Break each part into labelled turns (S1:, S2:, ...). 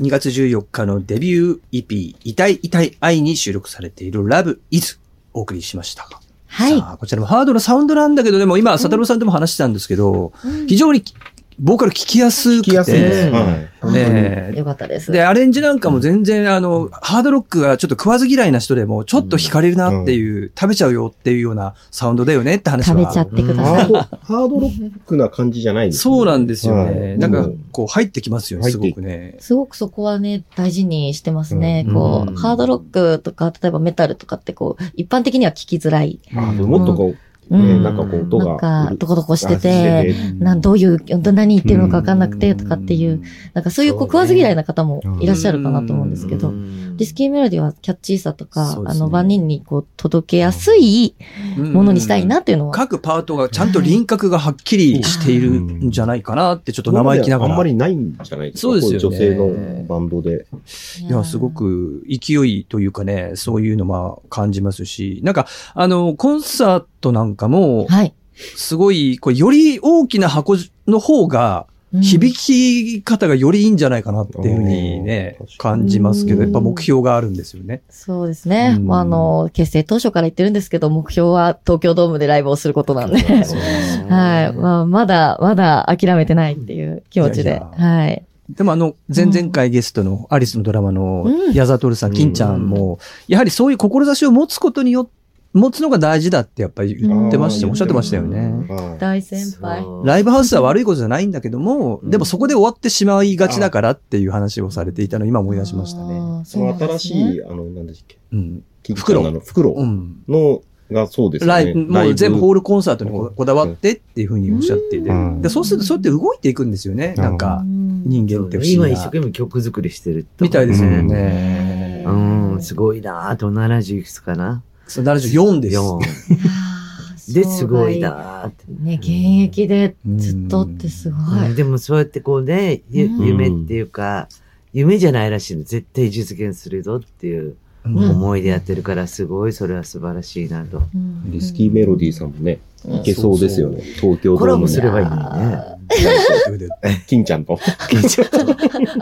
S1: 2月14日のデビュー EP、痛い痛い愛に収録されている Love Is お送りしましたが。
S2: はい。
S1: さあこちらもハードなサウンドなんだけど、でも今、佐太郎さんとも話してたんですけど、非常にボーカル聞きやすくて。
S3: 聞きやすいです。
S2: えー
S3: はい。
S2: うん
S1: えー
S2: よかったです。
S1: で、アレンジなんかも全然、あの、ハードロックがちょっと食わず嫌いな人でも、ちょっと惹かれるなっていう、食べちゃうよっていうようなサウンドだよねって話は
S2: 食べちゃってくださ
S3: ハー
S2: い。
S3: ドハードロックな感じじゃないですね
S1: そうなんですよね。
S3: はい
S1: なん
S3: う
S1: か
S3: ん、
S1: こう入ってきますよね、
S3: 入っ
S1: す
S3: て
S1: ごくね。
S2: すごくそこはね、大事にしてますね。
S1: うん
S2: こ
S1: う
S2: う、
S1: ん
S2: ハードロックとか、例えばメタルとかってこう、一般的には聞きづらい。
S3: あでももっとこ
S2: う
S3: う、ね
S2: ん。
S3: なんかこう音
S2: なん
S3: が。
S2: か、どこどこして
S3: あ
S2: て、なん、どういう、何言ってるのかわかんなくてとかっていう、なんかそういうこう食わず嫌いな方もいらっしゃるかなと思うんですけど、リスキーメロディはキャッチーさとか、
S1: そうで
S2: あ
S1: すね
S2: の、万人にこう、届けやすいものにしたいなっていうのは、
S1: 各パートがちゃんと輪郭がはっきりしているんじゃないかなって、ちょっと生意気ながら。
S3: あんまりないんじゃないですか。
S1: そうですよね
S3: こういう女性のバン ドで。
S2: い
S1: いや、すご、く勢いというかね、そういうのは感じますし、なんか、あの、コンサートなんかも、
S2: はい。
S1: すごい、こう、より大きな箱の方が、
S2: うん
S1: 響き方がよりいいんじゃないかなっていうふうにね
S3: うん、
S1: 感じますけど、
S2: う
S1: や
S2: ん
S1: っぱ目標があるんですよね。
S2: そうですね。
S1: うん
S2: まあ、あの、結成当初から言ってるんですけど、目標は東京ドームでライブをすることなんで。
S3: そう
S2: はい。まあ、まだ、まだ諦めてないっていう気持ち
S1: いや
S2: で。
S1: いや
S2: はい。
S1: でもあの、前々回ゲストのアリスのドラマの
S2: うん
S1: 矢沢徹さん、
S3: うん
S1: 金ちゃんも、やはりそういう志を持つことによって、持つのが大事だってやっぱり言ってました、
S3: うん
S1: おっしゃってましたよね。
S3: はい
S2: 大先輩。
S1: ライブハウスは悪いことじゃないんだけども、
S3: うん
S1: でもそこで終わってしまいがちだからっていう話をされていたのを今思い出しましたね。
S2: あー。
S3: そ
S2: そう
S3: の
S2: なんです
S3: 新し
S2: ね。
S3: い、あの、なんでしたっけ
S1: うん。
S3: キンキンのあの、袋
S1: うん。
S3: の、がそうですね。
S1: ライブ、もう全部ホールコンサートにこ
S3: うん
S1: こだわってっていうふうにおっしゃっていて
S4: う。ん
S1: で、そうするとそうやって動いていくんですよね、なん
S2: う
S1: か、
S2: ん
S1: 人間って不思
S4: 今
S1: 議
S4: 一生
S1: な。
S4: 懸命曲作りしてると。
S1: みたいですよ
S2: ね
S1: ね。
S4: うん、すごいなぁと、70いくつかな。
S1: そう74です。
S4: 4。
S2: あー
S4: で、すごい。なぁって。
S2: 生涯ね、現役でずっとってすごい。
S4: でもそうやってこうね、ゆ
S2: うん
S4: 夢っていうか、夢じゃないらしいの。絶対実現するぞっていう
S1: うん
S4: 思いでやってるから、すごい、それは素晴らしいなと。
S2: うん
S3: リスキーメロディーさんもね、
S2: うん
S3: いけそうですよね。東京ド
S4: コラ
S3: ー
S4: ボ
S3: ム
S4: す
S3: で
S4: れ。ばいいのにね。
S3: 金ちゃんと。
S4: ちょっと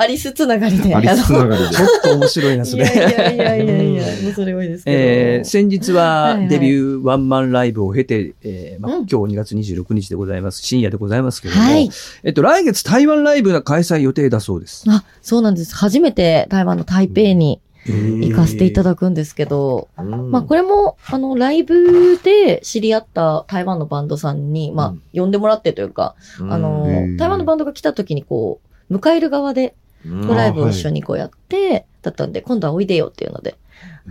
S2: アリスつながりで。
S3: ありつながりで
S1: ちょ。っと面白いな、そ
S2: いやい
S1: れ。
S2: やいやいやいや、もうそれ多いですけ ど。
S1: えー先日
S2: は
S1: はい
S2: はい
S1: デビューワンマンライブを経て、えーまあ
S2: うん
S1: 今日2月26日でございます。深夜でございますけれども、
S2: はい。
S1: えっと、来月台湾ライブが開催予定だそうです。
S2: あ、そうなんです。初めて台湾の台北に行かせていただくんですけど、
S4: うん
S2: まあこれも、あの、ライブで知り合った台湾のバンドさんに、
S4: う
S2: ま
S4: ん
S2: あ、呼んでもらってというか、
S4: うん
S2: あの
S3: へー、
S2: 台湾のバンドが来た時にこう、迎える側で、
S4: うん
S2: こうライブを一緒にこうやって、だったんで、今度はおいでよっていうので、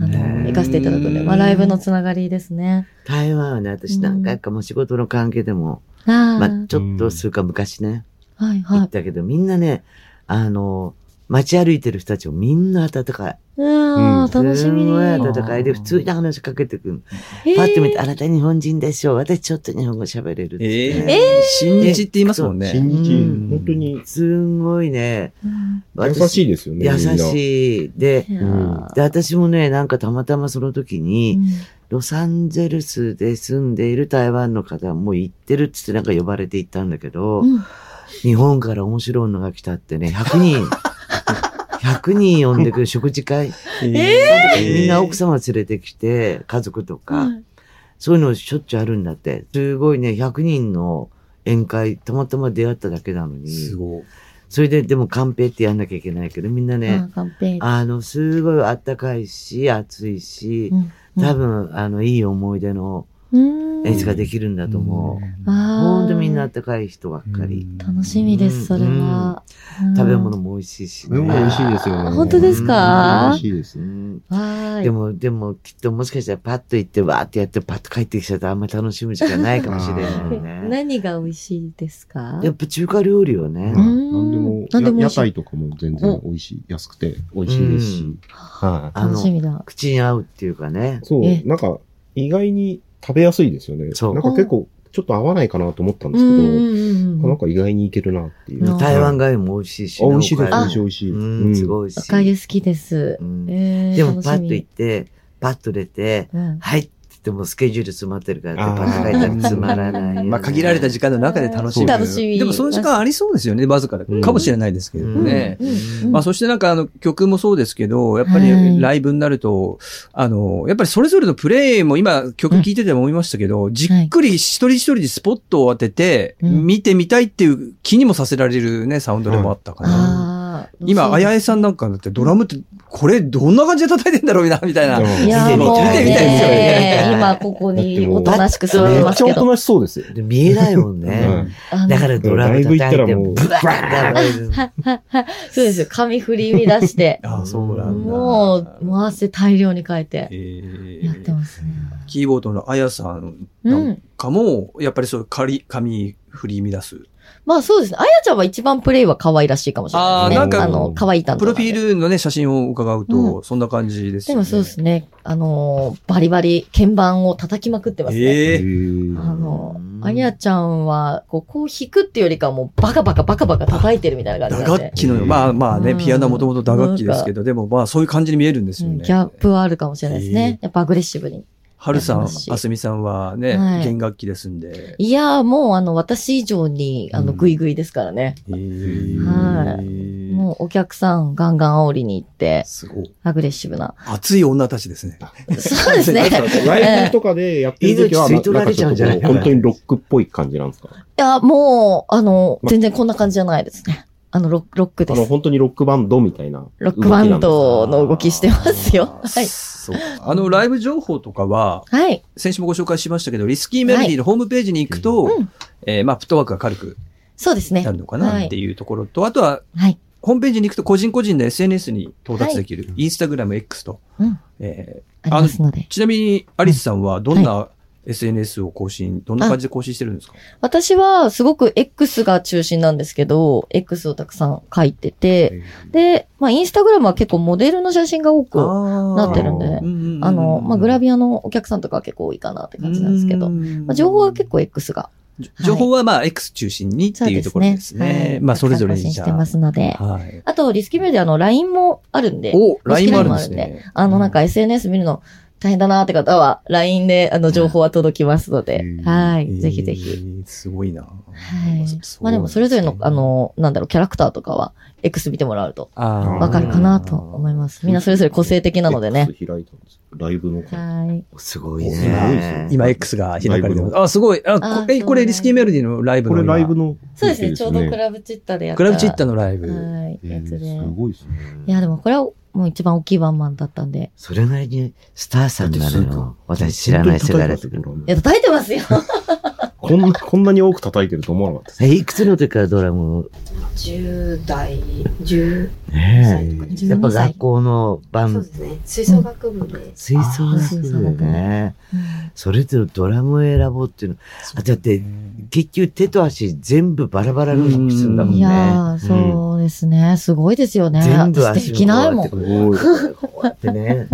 S2: あの、行かせていただくんで、まあライブのつながりですね。
S4: 台湾はね、私何回かもう仕事の関係でも、
S2: あ
S4: まあ
S2: ー
S4: ちょっと数か昔ね、
S2: はい
S4: 行
S2: は
S4: っ
S2: い。
S4: たけど、みんなね、あの、街歩いてる人たちもみんな暖かい。
S2: うわー楽しみに。
S4: すごい暖かいで、普通に話しかけてくる。
S2: へー
S4: パッと見て、あなた日本人でしょ私ちょっと日本語喋れるっつっ
S1: え
S4: て
S1: ー
S4: ね。
S1: 新日って言いますもんね。
S3: 新日
S4: うん、
S3: 本当に
S4: すんごいね、
S2: うん
S3: 優し
S4: い。
S3: いですよね。
S4: 優
S3: い。
S4: しい。で、
S2: いや
S3: うん
S2: ー
S4: で、私もね、なんかたまたまその時に、
S2: うん
S4: ロサンゼルスで住んでいる台湾の方も行ってるっつってなんか呼ばれて行ったんだけど、
S2: うん
S4: 日本から面白いのが来たってね、100人、100人呼んでくる食事会。みんな奥様連れてきて、家族とか、
S2: はい
S4: そういうのしょっちゅうあるんだって。すごいね、100人の宴会、たまたま出会っただけなの
S1: す
S4: に。
S1: ごい。
S4: それで、でもカンペってやんなきゃいけないけど、みんな
S2: あ
S4: ね、
S2: ーカンペーン
S4: あの、すごいあったかいし、暑いし、多分、あの、いい思い出の
S2: うん
S4: 演出ができるんだと思う。
S2: あー
S4: ほんとみんなあったかい人ばっかり。
S2: 楽しみです、それは。うん
S4: 食べ物も美味しいし、
S3: それも美味しいですよね。
S2: 本当ですか
S3: 美味しいです
S4: う
S3: ね。
S4: ん
S2: わーい。
S4: でも、でも、きっともしかしたらパッと行って、わーってやって、パッと帰ってきちゃうとあんまり楽しむしかないかもしれないね。
S2: 何が美味しいですか
S4: やっぱ中華料理よね
S2: ん
S3: う。ん何でも、
S2: 何でも美味
S3: や野
S2: しい
S3: 菜とかも全然美味しい、安くて美味しいです
S4: う
S3: し
S4: ん。
S3: はい
S4: あ
S2: 楽
S4: の
S2: し、みだ。
S4: 口に合うっていうかね。
S3: そ
S2: え
S3: う、なんか、意外に食べやすいですよね。
S4: そう
S3: なんか結構、ちょっと合わないかなと思ったんで
S2: う
S3: す
S2: ん
S3: け
S2: うん
S3: ど、
S2: うん
S3: なんか意外にいけるなっていうう。
S2: ん
S4: 台湾
S3: が。
S4: がも美味しいし。
S3: 美味しいです、美
S4: なおか
S3: 味しい、美味しい。
S4: うん、すごいし
S2: お。かゆ好きです
S4: う。ん
S2: えー
S4: でも、
S2: 楽し
S4: パッと行っ
S2: み
S4: て、パッと出て、
S2: うん
S4: はいってでもスケジュール詰まってるからってバカ書いたらつまらないよね。
S1: まあ、限られた時間の中で楽しむ。
S2: 楽しみ
S1: でもその時間ありそうですよね、わずかだ
S3: うん
S1: かもしれないですけどね。
S2: うん
S1: まあ、そしてなんかあの曲もそうですけど、やっぱ
S2: はい
S1: りライブになると、あの、やっぱりそれぞれのプレイも今曲聴いてても思いましたけど、じっくり一人一人にスポットを当てて、
S2: うん
S1: 見てみたいっていう気にもさせられるね、サウンドでもあったから。
S2: ああ。
S1: 今、あやえさんなんかだってドラムって、これどんな感じで叩いてんだろうな、みたいな。
S2: いやー
S3: 見てみ
S2: もう
S3: た
S1: 見
S3: い
S1: てみたいですよ
S2: ね
S4: ね。
S2: 今ここにおとなしく座って
S4: 出
S2: ま
S3: めっ
S2: す
S3: ちゃ
S2: け
S3: おと
S2: ど。
S3: なしそうですよ。
S4: で見えないもんね。
S2: あの
S4: だからドラム叩
S3: ライブ行
S4: い
S3: った
S4: て、
S3: らもう
S4: ブワーッ
S2: そうですよ。髪振り乱 して。
S1: ああ、そうなんだ。
S2: もう、回して大量に変えて
S1: えー
S2: やってますね。
S1: キーボードのあやさんな
S2: うんん。
S1: かも、やっぱりそう、仮、紙振り乱す。
S2: まあそうですね。あやちゃんは一番プレイは可愛らしいかもしれないですね。
S1: あーな
S2: あ
S1: んか
S2: の、可愛い担当
S1: プロ
S2: なんで
S1: フィールのね、写真を伺うと、そんな感じです
S2: で
S1: よね。
S2: もそうですね。あの、バリバリ鍵盤を叩きまくってますね。
S1: ええ
S2: あ
S3: ー
S2: の
S4: う、ん
S2: あやちゃんは、こう、こう弾くっていうよりかはもうバカバカバカバカ叩いてるみたいな
S1: 打
S2: 感じなん
S1: 楽
S2: で。
S1: 器のよう
S3: うん
S1: まあまあね、
S2: うん
S1: ピアノはもともと打楽器ですけど、でもまあそういう感じに見えるんです
S2: う
S1: よ
S2: ん
S1: ね
S2: ギ。ャップはあるかもしれないですね。やっぱアグレッシブに。
S1: はるさん、
S2: や
S1: あ
S2: ってますし
S1: すみさんはね、
S2: はい
S1: 弦楽器ですんで。
S2: いやーもうあの、私以上に、あの、
S1: うん
S2: グイグイですからね。
S1: えー
S2: はもうお客さんガンガン煽りに行って、
S1: すごい。
S2: アグレッシブな。
S1: 熱い女たちですね。
S2: そうですね。
S3: ライブとかでやってる時は、
S4: 命吸い取られちゃうんじゃない
S3: んかちょっとこう本当にロックっぽい感じなんですか
S2: いや、もう、あの、全然こんな感じじゃないですね。あの、ロックロックで
S3: あの、
S2: す。
S3: 本当にロックバンドみたいな。
S2: ロックバンドの動きしてますよ。はい。
S1: そう。あの、ライブ情報とかは、
S2: はい。
S1: 先週もご紹介しましたけど、リスキーメロディーのホームページに行くと、
S2: うん
S1: えーまあ、フットワークが軽く
S2: そうですね
S1: な。るのかなっていうところと、あとは、
S2: はい。
S1: ホームページに行くと個人個人で SNS に到達できる、インスタグラム X と、
S2: うん
S1: え
S2: ありますので
S1: ー。ちなみに、アリスさんはどんな SNS を更新、どんな感じで更新してるんですか
S2: 私はすごく X が中心なんですけど、X をたくさん書いてて、で、まあ、インスタグラムは結構モデルの写真が多く、な
S1: な
S2: ってるんであの、まあ、グラビアのお客さんとかは結構多いかなって感じなんですけど、まあ、情報は結構 X が。
S1: じょ情報はまあ X 中心にっていうところですね。
S2: はい
S1: まあそれぞれに
S2: たく
S1: じ
S2: さ
S1: ゃ
S2: ん更新してますので。
S1: あ。はい。
S2: あと、リスキーメールであの、LINE もあるんで、
S1: お、
S2: 公
S1: LINE
S2: 式
S1: もあるん
S2: LINE
S1: で
S2: もある
S1: す
S2: んで
S1: ね。
S2: あの、なんか SNS 見るの大変だなって方は、LINE で、あの、情報は届きますので、
S3: うん
S2: はい、
S1: えー
S2: ぜひぜひ。。
S1: すごいな。は
S2: はい。まあでも、それぞれの、あ、の、なんだろう、キャラクターとかは、X 見てもらうと、わ
S1: わ
S2: かるかなと思います。みんなそれぞれ個性的なのでね。
S3: X 開いたんですよライブの会
S2: はい。
S4: すご
S3: すごい
S4: い
S3: です
S4: ね
S3: ね。
S1: 今 X が開かれて
S3: ライブ
S1: ます。あ、すごい。あ、
S2: あ
S1: こえ、こ
S2: そうな
S1: れ
S2: んだ
S1: リスキーメロディーのライブ
S3: こ
S1: の
S3: れ
S1: 今。
S3: ライブの。
S2: そうですね、ちょうどク
S3: イ
S2: ラブチッタでやった。
S1: クラブチッタのライブ。
S2: はい、やつで。
S3: すごいですね。
S2: いや、でもこれはもう一番大きいワンマンだったんで。
S4: それなりにスターさんになる
S3: だってそうか
S4: の。私知らない世代だったけど。
S2: いや、叩いてますよ
S3: こん な、こんなに多く叩いてると思わなかったです。
S4: え、いくつの時からドラムを
S5: 10代、10
S4: ね
S5: 歳とかね。
S4: え。やっぱ学校のバ
S5: そう
S4: ン
S5: ですね。吹奏楽部で。
S4: 吹奏楽部でね。それとドラムを選ぼうっていうの。あだって、結局手と足全部バラバラの動きするんだもん
S2: い
S4: ね。
S2: やー、そうですね。すごいですよね。
S4: 全部
S2: 私で
S4: 足
S2: きないもん。
S4: こうやってこうやってね。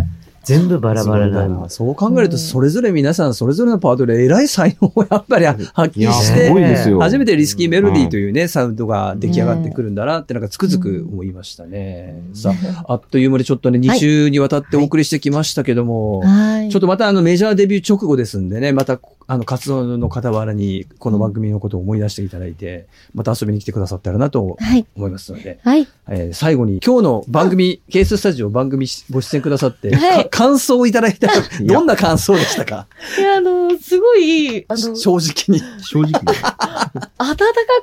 S4: 全部バラバラなの。
S1: そう考えると、それぞれ皆さん、それぞれのパートで偉い才能をやっぱり発揮
S3: いや、
S1: し
S3: す
S1: て
S3: ご、いですよ。
S1: 初めてリスキーメロディーというね、サウンドが出来上がってくるんだなって、なんかつくづく思いましたね。さあ、あっという間にちょっとね、2週にわたってお送りしてきましたけども、
S2: はい。
S1: ちょっとまたあのメジャーデビュー直後ですんでね、またあの活動の傍らにこの番組のことを思い出していただいて、また遊びに来てくださったらなと
S2: はい。
S1: 思いますので、
S2: はい。
S1: えー最後に今日の番組、ケーススタジオ番組ご出演くださって、
S2: はい
S1: か感想をいただいたら、どんな感想でしたか
S2: いや、あの、すごい、あの、
S1: 正直に。
S3: 正直に。
S2: 暖か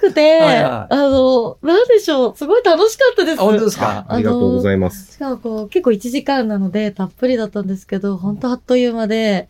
S2: くて、
S1: はいは
S2: あの、なんでしょう、すごい楽しかったで す。
S1: あ本当ですか
S3: ありがとうございます。
S2: しかもこう、結構1時間なので、たっぷりだったんですけど、本当あっという間で、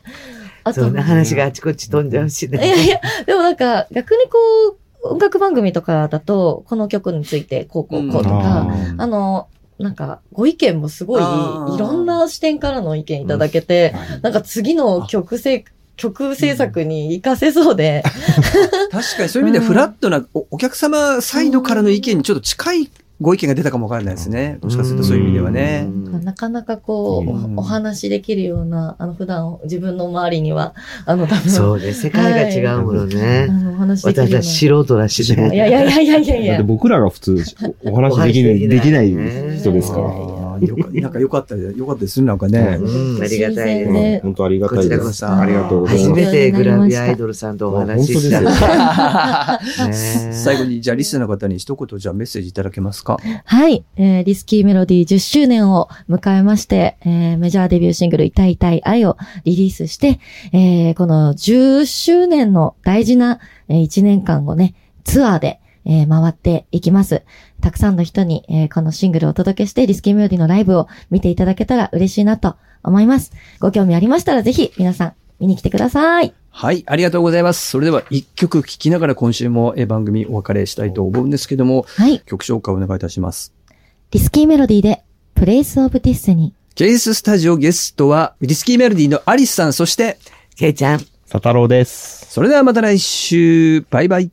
S2: あ
S4: そ
S2: と、
S4: んない話があちこち飛んじゃうし
S2: やい
S4: ね。
S2: や、でもなんか、逆にこう、音楽番組とかだと、この曲について、こう、こう、こうとか、
S1: うん
S2: あの、なんか、ご意見もすごい、
S1: あー
S2: いろんな視点からの意見いただけて、なんか次の曲制、曲制作に活かせそうで、
S1: 確かにそういう意味ではフラットなおお客様サイドからの意見にちょっと近いご意見が出たかもわからないですね。もしかするとそういう意味ではね。
S4: うん
S2: なかなかこう、
S1: うん
S2: おお話しできるような、あの、普段自分の周りには、あの、多分、
S4: そうね、世界が違うもの
S2: あ
S4: ね。
S2: のお話しできる
S4: 私
S2: よう
S4: は素人だし
S2: な。いや
S4: ね。
S2: いやいやいやいやい
S3: だっ
S2: や
S3: て。僕らが普通おお話できない、できない人ですか
S2: いやいやいや
S3: ら。
S1: よかなんか良かったり、良かったりするなんかね。
S4: うんありがた
S2: 新
S4: いです
S2: 鮮。で
S3: 本当ありがた
S4: こ
S3: い
S4: ち
S3: で
S4: らこ
S3: す。
S4: そ。
S3: ありがとうござい
S4: 初
S3: ます。
S4: めてグラビアアイドルさんとお話しした。
S3: 本当です
S4: ね
S1: 最後に、じゃあリスナーの方に一言じゃあメッセージいただけますか
S2: はい、えーリスキーメロディー10周年を迎えまして、えーメジャーデビューシングル痛い痛い愛をリリースして、えーこの10周年の大事な、え1年間をね、ツアーで、えー回っていきます。たくさんの人に、えーこのシングルをお届けして、リスキーメロディーのライブを見ていただけたら嬉しいなと思います。ご興味ありましたらぜひ皆さん見に来てください。
S1: はい、ありがとうございます。それでは一曲聴きながら今週もえー番組お別れしたいと思うんですけども、
S2: はい。
S1: 曲紹介お願いいたします。
S2: リスキーメロディーで、プレイスオブディスニー。
S1: ケーススタジオゲストは、リスキーメロディのアリスさん、そして、
S4: けいちゃん。
S6: 佐太郎です。
S1: それではまた来週、バイバイ。